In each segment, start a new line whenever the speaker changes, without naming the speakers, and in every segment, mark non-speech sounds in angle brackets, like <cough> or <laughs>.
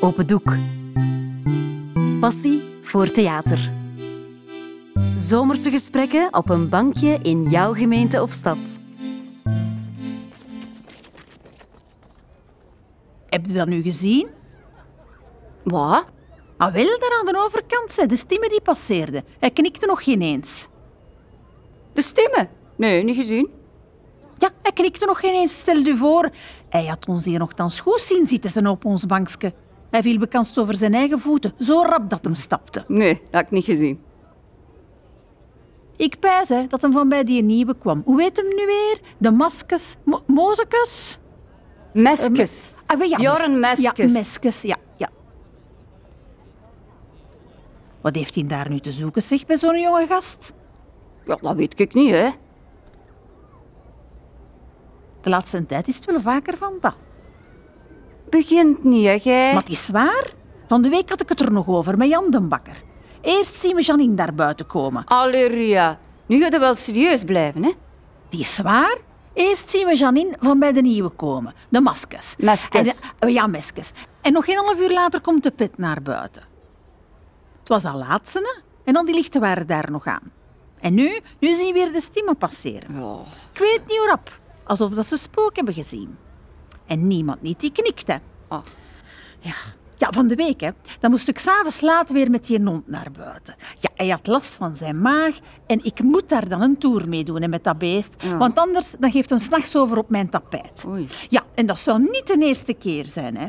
Open Doek. Passie voor theater. Zomerse gesprekken op een bankje in jouw gemeente of stad.
Heb je dat nu gezien?
Wat?
Ah, wel, daar aan de overkant, zei de stimme die passeerde. Hij knikte nog geen eens.
De stemmen? Nee, niet gezien.
Ja, hij knikte nog geen eens, stel u voor. Hij had ons hier nogthans goed zien zitten zijn op ons bankje. Hij viel bekanst over zijn eigen voeten, zo rap dat hem stapte.
Nee, dat heb ik niet gezien.
Ik pijs hè, dat hem van bij die nieuwe kwam. Hoe heet hem nu weer? De maskes? Mo mozekus?
Meskes.
Ah, wel, ja,
Joren
mes-
Meskes.
Ja, Meskes, ja, ja. Wat heeft hij daar nu te zoeken, zeg, bij zo'n jonge gast?
Ja, dat weet ik niet, hè.
De laatste tijd is het wel vaker van dat.
Begint niet, hè, jij.
Maar het is waar. Van de week had ik het er nog over met Jan den Bakker. Eerst zien we Janine daar buiten komen.
Allee, Ria. Nu ga je wel serieus blijven, hè.
Die is waar. Eerst zien we Janine van bij de nieuwe komen. De maskers.
Meskes.
En de- ja, meskes. En nog geen half uur later komt de pit naar buiten. Het was dat laatste, hè? En dan die lichten waren daar nog aan. En nu, nu zien we weer de stemmen passeren.
Ja.
Ik weet niet hoe rap. Alsof dat ze spook hebben gezien. En niemand niet die knikte.
Ah.
Ja. ja, van de week, hè. Dan moest ik s'avonds laat weer met die hond naar buiten. Ja, hij had last van zijn maag en ik moet daar dan een tour mee doen hè, met dat beest. Want anders dan geeft hem s'nachts over op mijn tapijt.
Oei.
Ja, en dat zou niet de eerste keer zijn, hè.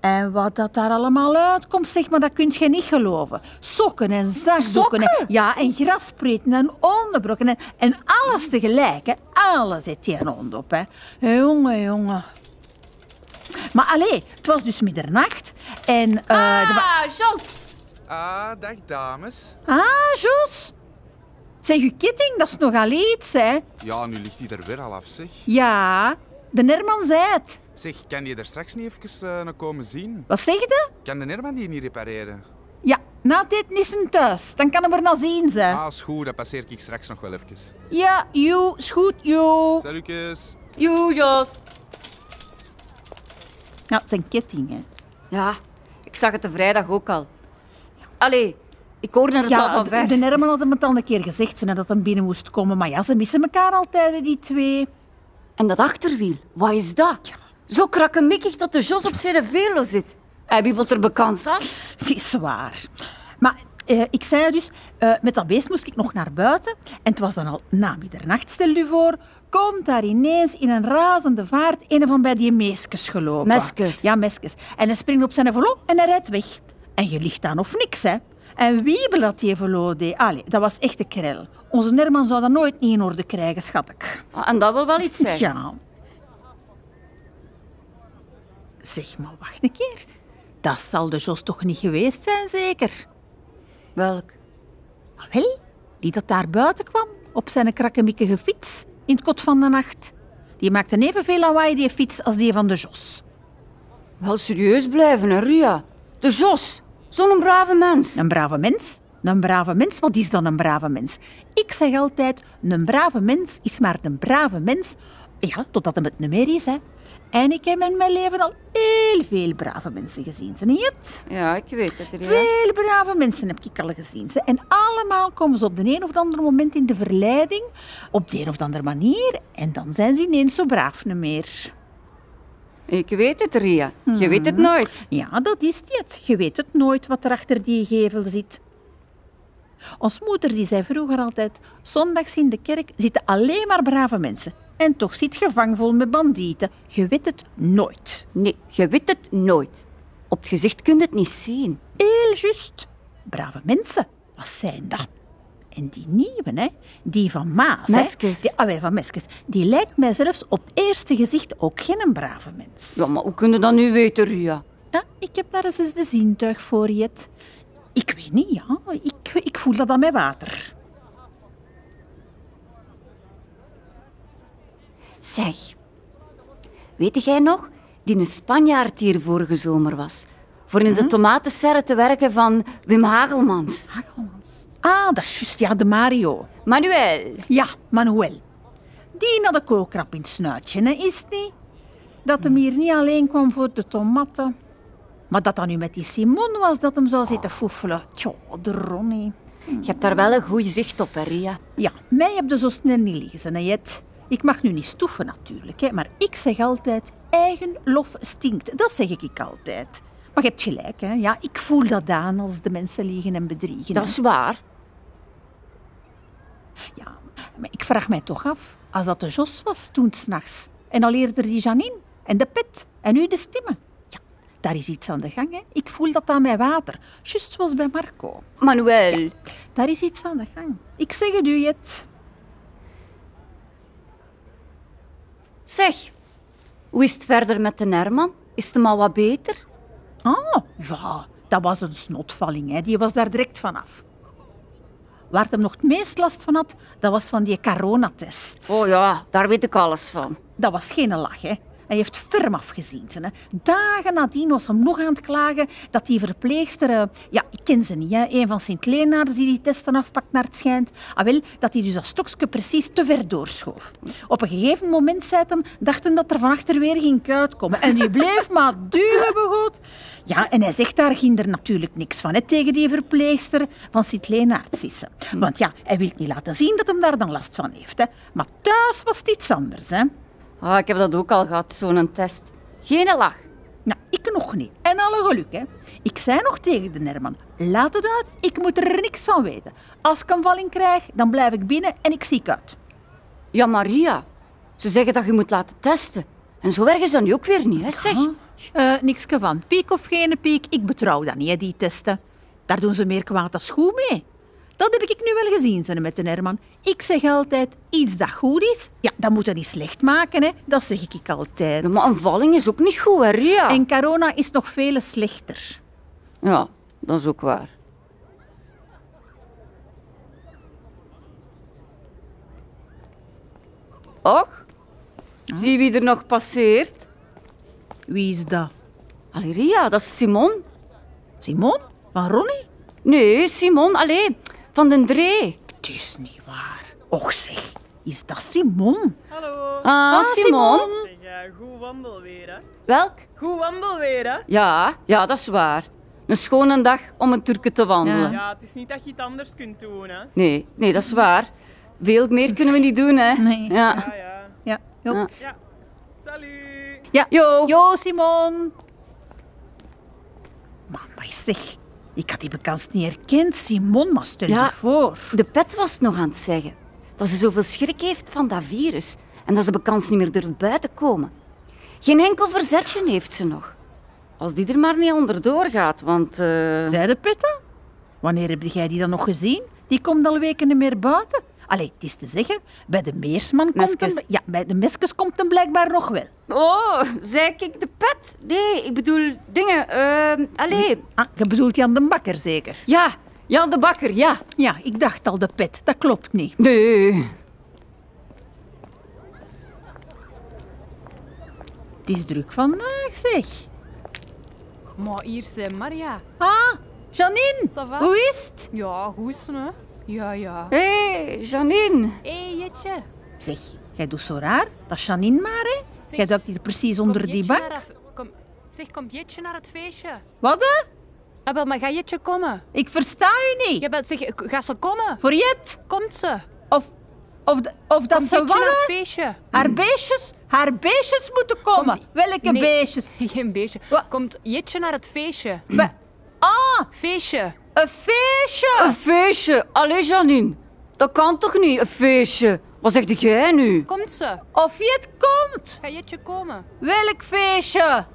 En wat dat daar allemaal uitkomt, zeg maar, dat kun je niet geloven. Sokken en zakdoeken. hè.
Sokken?
Ja, en graspreten en onderbroeken en, en alles tegelijk. Hè. Alles zit hier hond op, hè. Jongen, jongen. Maar allee, het was dus middernacht en... eh, de wa-
Ah, Jos.
Ah, dag dames.
ah, Jos. Zeg, je ketting, dat is nogal iets, hè.
Ja, nu ligt die er weer al af, zeg.
Ja, de Nerman zei het.
Zeg, kan je er straks niet even eh, naar komen zien?
Wat zeg je?
Kan de Nerman die niet repareren?
Ja, na het eten is hem thuis. Dan kan hem er naar zien, ze.
Ah, is goed, dat passeer ik straks nog wel even.
Ja, joe, is goed, joe.
Salukes.
Joe, Jos.
Ja, het zijn kettingen.
Ja, ik zag het de vrijdag ook al. Allee, ik hoorde het al
Ja,
van
de,
ver.
de Nerman had hem het al een keer gezegd, ze, hè, dat hem binnen moest komen. Maar ja, ze missen elkaar altijd, hè, die twee.
En dat achterwiel, wat is dat? Zo krakkemikkig dat de Jos op zijn velo zit. Hij wiebelt er bekans af.
Het is waar. Maar eh, ik zei dus, eh, met dat beest moest ik nog naar buiten. En het was dan al na middernacht, stel u voor. Komt daar ineens in een razende vaart een van bij die meeskes gelopen.
Meskes.
Ja, meskes. En hij springt op zijn velo en hij rijdt weg. En je ligt aan of niks, hè. En wiebel dat die velo deed. Allee, dat was echt een krel. Onze Nerman zou dat nooit niet in orde krijgen, schat ik.
Ah, En dat wil wel iets zijn.
Ja. Zeg, maar wacht een keer. Dat zal de Jos toch niet geweest zijn, zeker?
Welk?
Ah, Wel, die dat daar buiten kwam, op zijn krakkemikkige fiets, in het kot van de nacht. Die maakte evenveel lawaai, die fiets, als die van de Jos.
Wel serieus blijven, hè, Ria. De Jos, zo'n brave mens.
Een brave mens. Een brave mens, wat is dan een brave mens? Ik zeg altijd, een brave mens is maar een brave mens. Ja, totdat hem het niet meer is, hè. En ik heb in mijn leven al heel veel brave mensen gezien, ze niet?
Ja, ik weet het, Ria.
Veel brave mensen heb ik al gezien. Ze. En allemaal komen ze op de een of andere moment in de verleiding, op de een of andere manier, en dan zijn ze ineens zo braaf niet meer.
Ik weet het, Ria. Je weet het nooit.
Ja, dat is het. Je weet het nooit wat er achter die gevel zit. Ons moeder die zei vroeger altijd, zondags in de kerk zitten alleen maar brave mensen. En toch zit je vangvol met bandieten. Je weet het nooit.
Nee, je weet het nooit. Op het gezicht kun je het niet zien.
Heel juist. Brave mensen, wat zijn dat? En die nieuwe, hè? die van Maas. hè,
Meskes.
Die, ah, wel, van Meskes. Die lijkt mij zelfs op het eerste gezicht ook geen een brave mens.
Ja, maar hoe kun je dat nu weten, Ria?
Ja, ik heb daar eens eens de zintuig voor, Jet. Ik weet niet, ja. Ik, ik voel dat aan mijn water.
Zeg, weet jij nog die een Spanjaard die hier vorige zomer was? Voor in de tomatenserre te werken van Wim Hagelmans.
Hagelmans. Ah, dat is juist, ja, de Mario.
Manuel.
Ja, Manuel. Die had ik ook rap in het snuitje, hè, is het niet? Dat hem hier niet alleen kwam voor de tomaten. Maar dat dat nu met die Simon was dat hem zou zitten foefelen. Tjoh, de Ronnie.
Je hebt daar wel een goede zicht op, hè, Ria.
Ja, mij heb je zo snel niet lezen, hè, Jet. Ik mag nu niet stoeven natuurlijk, hè, maar ik zeg altijd, eigen lof stinkt. Dat zeg ik ik altijd. Maar je hebt gelijk, hè. Ja, ik voel dat aan als de mensen liegen en bedriegen.
Dat
hè.
is waar.
Ja, maar ik vraag mij toch af, als dat de Jos was toen s'nachts, en al eerder die Janine, en de pet, en nu de stemmen. Ja, daar is iets aan de gang, hè. Ik voel dat aan mijn water, juist zoals bij Marco.
Manuel,
Daar is iets aan de gang. Ik zeg het u, Jet.
zeg, hoe is het verder met de Herman? Is het hem al wat beter?
Ah, ja, dat was een snotvalling. Hè. Die was daar direct vanaf. Waar het hem nog het meest last van had, dat was van die coronatest.
Oh ja, daar weet ik alles van.
Dat was geen lach, hè. Hij heeft ferm afgezien. Hè. Dagen nadien was hem nog aan het klagen dat die verpleegster... eh, Ja, ik ken ze niet, hè. Een van Sint-Leenaars die die testen afpakt naar het schijnt. Ah wel, dat hij dus dat stokje precies te ver doorschoof. Op een gegeven moment, zei het hem, dachten dat er van achter weer ging kuit komen. En die bleef <laughs> maar duwen, begot. Ja, en hij zegt daar ginder natuurlijk niks van, hè, tegen die verpleegster van Sint-Leenaard Sisse. Want ja, hij wil niet laten zien dat hem daar dan last van heeft, hè. Maar thuis was het iets anders, hè.
Ah, ik heb dat ook al gehad, zo'n test. Geen lach.
Nou, ik nog niet. En alle geluk, hè. Ik zei nog tegen de Herman, laat het uit, ik moet er niks van weten. Als ik een valling krijg, dan blijf ik binnen en ik ziek uit.
Ja, Maria, ze zeggen dat je moet laten testen. En zo erg is dat nu ook weer niet, hè, zeg.
Eh niks van. Piek of geen piek, ik betrouw dat niet, hè, die testen. Daar doen ze meer kwaad als goed mee. Dat heb ik nu wel gezien zijn met de Herman. Ik zeg altijd, iets dat goed is, ja, dat moet je niet slecht maken, hè. Dat zeg ik altijd.
Ja, maar een valling is ook niet goed, hè, Ria?
En corona is nog veel slechter.
Ja, dat is ook waar. Och, zie wie er nog passeert.
Wie is dat?
Allee, Ria, dat is Simon.
Simon? Van Ronnie?
Nee, Simon, allee, van den Dree.
Het is Dus niet waar. Och zeg, is dat Simon?
Hallo.
Ah, Simon.
Zeg, ja, goed wandelweer, hè?
Welk?
Goed wandelweer, hè?
Ja, ja, dat is waar. Een schone dag om een Turken te wandelen.
Ja, het is niet dat je iets anders kunt doen, hè?
Nee, nee, dat is waar. Veel meer kunnen we niet doen, hè.
Nee.
Ja.
Ja, ja.
Ja, jo.
Ja.
Ja. Salut.
Ja.
Jo.
Ah. Jo, Simon. Maar, maar zeg, ik had die bekend niet herkend, Simon, maar stel
Ja.
je voor.
De pet was het nog aan het zeggen. Dat ze zoveel schrik heeft van dat virus. En dat ze bekans niet meer durft buiten komen. Geen enkel verzetje heeft ze nog. Als die er maar niet onderdoor gaat, want... eh,
Zij de petta? Wanneer heb jij die dan nog gezien? Die komt al weken niet meer buiten. Allee, het is te zeggen, bij de Meersman komt
Meskes.
hem... Ja, bij de Meskes komt hem blijkbaar nog wel.
Oh, zei ik de pet? Nee, ik bedoel dingen. eh, allee.
Ah, je bedoelt Jan de Bakker zeker?
Ja, Jan de Bakker, ja.
Ja, ik dacht al de pet. Dat klopt niet.
Nee.
Het is druk vandaag, zeg.
Maar hier zijn Maria.
Ah, Janine,
Ça va?
hoe is het?
Ja, goed hè? Ja, ja.
Hé, Janine.
Hé, hey, Jetje.
Zeg, jij doet zo raar. Dat is Janine maar, hè? jij duikt hier precies onder
Komt
die
Jetje
bank.
naar het- Kom, zeg, komt Jetje naar het feestje?
Wat, hè?
Ah, wel, maar ga Jetje komen?
Ik versta u niet.
Ja, wel, zeg, gaat ze komen?
Voor Jet?
Komt ze?
Of, of, de- of dat
Komt
ze
Jetje naar het
wat?
feestje?
Haar beestjes, haar beestjes moeten komen.
Komt-
Welke
Nee.
beestjes?
<laughs> Geen beestje.
Wat?
Komt Jetje naar het feestje?
We- ah,
Feestje.
een feestje.
Een feestje. Allee, Janine. Dat kan toch niet, een feestje? Wat zegt jij nu?
Komt ze?
Of Jet komt.
Ga Jetje komen?
Welk feestje?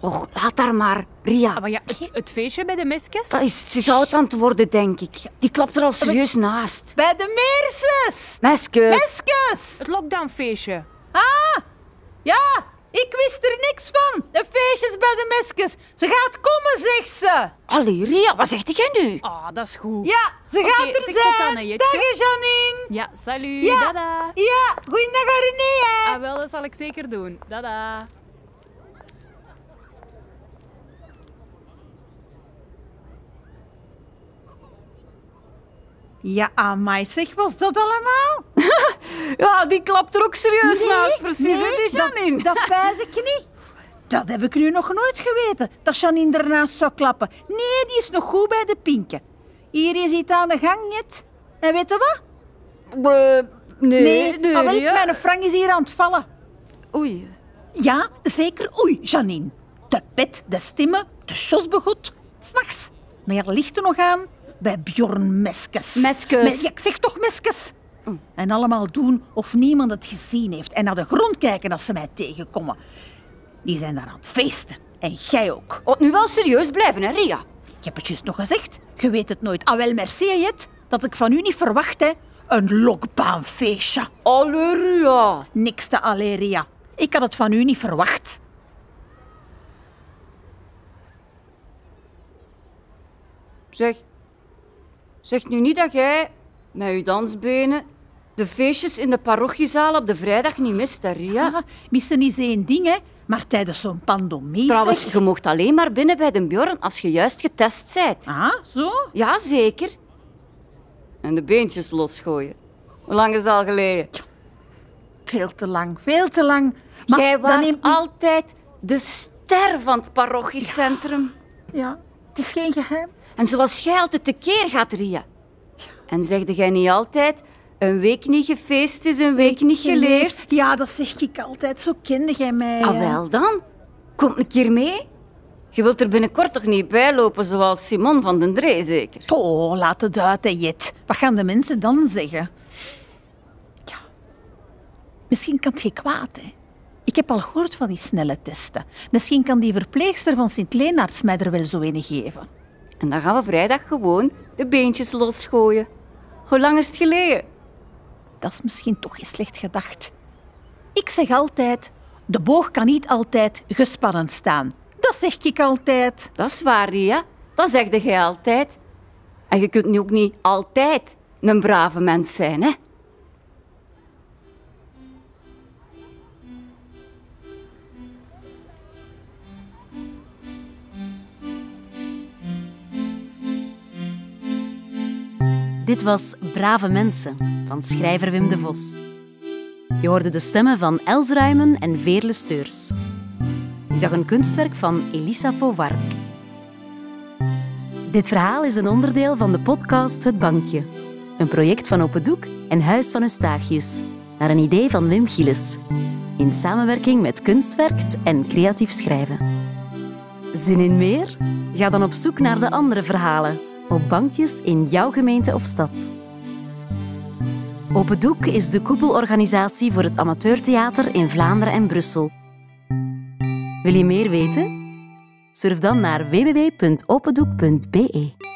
Och, laat haar maar, Ria.
Ah, maar ja, het, het feestje bij de miskes?
Ah,
Dat is, ze is oud aan het worden, denk ik. Die klapt er al serieus naast.
Bij de Meerses.
Meskes.
Meskes.
Het lockdownfeestje.
Ah, ja. Ik wist er niks van. De feestjes bij de Meskes. Ze gaat komen, zegt ze.
Allee, Ria, wat zegt jij nu?
Ah, dat is goed.
Ja, ze gaat er
zeg tot
zijn.
dan, hè, Jetje.
Dag, hè, Janine.
Ja, salut.
Ja.
Dada.
Ja, goeiedag, René. hè.
Ah, wel, dat zal ik zeker doen. Dada.
Ja, amai, zeg, was dat allemaal?
Ja, die klapt er ook serieus naast, precies, hè, die
dat,
Janine.
dat pijs ik niet. Dat heb ik nu nog nooit geweten, dat Janine ernaast zou klappen. Nee, die is nog goed bij de pinken. Hier is iets aan de gang, net. En weet je wat?
Eh, nee,
ah, wel, mijn Frank is hier aan het vallen.
Oei.
Ja, zeker. Oei, Janine. De pet, de stemmen, de sjosbegot. S'nachts, met haar lichten nog aan, bij Bjorn Meskes.
Meskes.
Mes- ja, ik zeg toch Meskes. En allemaal doen of niemand het gezien heeft. En naar de grond kijken als ze mij tegenkomen. Die zijn daar aan het feesten. En jij ook.
Oh, nu wel serieus blijven, hè, Ria?
Ik heb het juist nog gezegd. Je weet het nooit. Ah, wel, merci, hè, Jet. Dat ik van u niet verwacht, hè. Een lokbaanfeestje.
Alle Ria.
Niks te Aleria. Ik had het van u niet verwacht.
Zeg, zeg nu niet dat jij met je dansbenen de feestjes in de parochiezaal op de vrijdag niet mist, hè, Ria?
Ja, Ah, missen is één ding, hè. Maar tijdens zo'n pandemie...
Trouwens,
zeg-
je mocht alleen maar binnen bij de Bjorn als je juist getest bent.
Ah, zo?
Ja, zeker. En de beentjes losgooien. Hoe lang is dat al geleden?
Veel te lang, veel te lang. Maar
Jij
dat
waart
neemt niet-
altijd de ster van het parochiecentrum.
Ja, het is geen geheim.
En zoals jij altijd tekeer gaat, Ria. En zegde jij niet altijd... Een week niet gefeest is een week niet geleefd.
Ja, dat zeg ik altijd. Zo kende jij mij.
Ah,
hè.
wel dan. Kom een keer mee. Je wilt er binnenkort toch niet bij lopen zoals Simon van den Dree, zeker?
Oh, laat het uit, hè, Jet. Wat gaan de mensen dan zeggen? Ja, misschien kan het geen kwaad, hè. Ik heb al gehoord van die snelle testen. Misschien kan die verpleegster van Sint-Lenaars mij er wel zo een geven.
En dan gaan we vrijdag gewoon de beentjes losgooien. Hoe lang is het geleden?
Dat is misschien toch eens slecht gedacht. Ik zeg altijd, de boog kan niet altijd gespannen staan. Dat zeg ik altijd.
Dat is waar, Ria. Dat zegde jij altijd. En je kunt nu ook niet altijd een brave mens zijn, hè?
Dit was Brave Mensen van schrijver Wim de Vos. Je hoorde de stemmen van Els Ruimen en Veerle Steurs. Je zag een kunstwerk van Elisa Fauvark. Dit verhaal is een onderdeel van de podcast Het Bankje. Een project van Open Doek en Huis van Eustachius. Naar een idee van Wim Gilles. In samenwerking met Kunstwerkt en Creatief Schrijven. Zin in meer? Ga dan op zoek naar de andere verhalen op bankjes in jouw gemeente of stad. Open Doek is de koepelorganisatie voor het amateurtheater in Vlaanderen en Brussel. Wil je meer weten? Surf dan naar www.opendoek.be.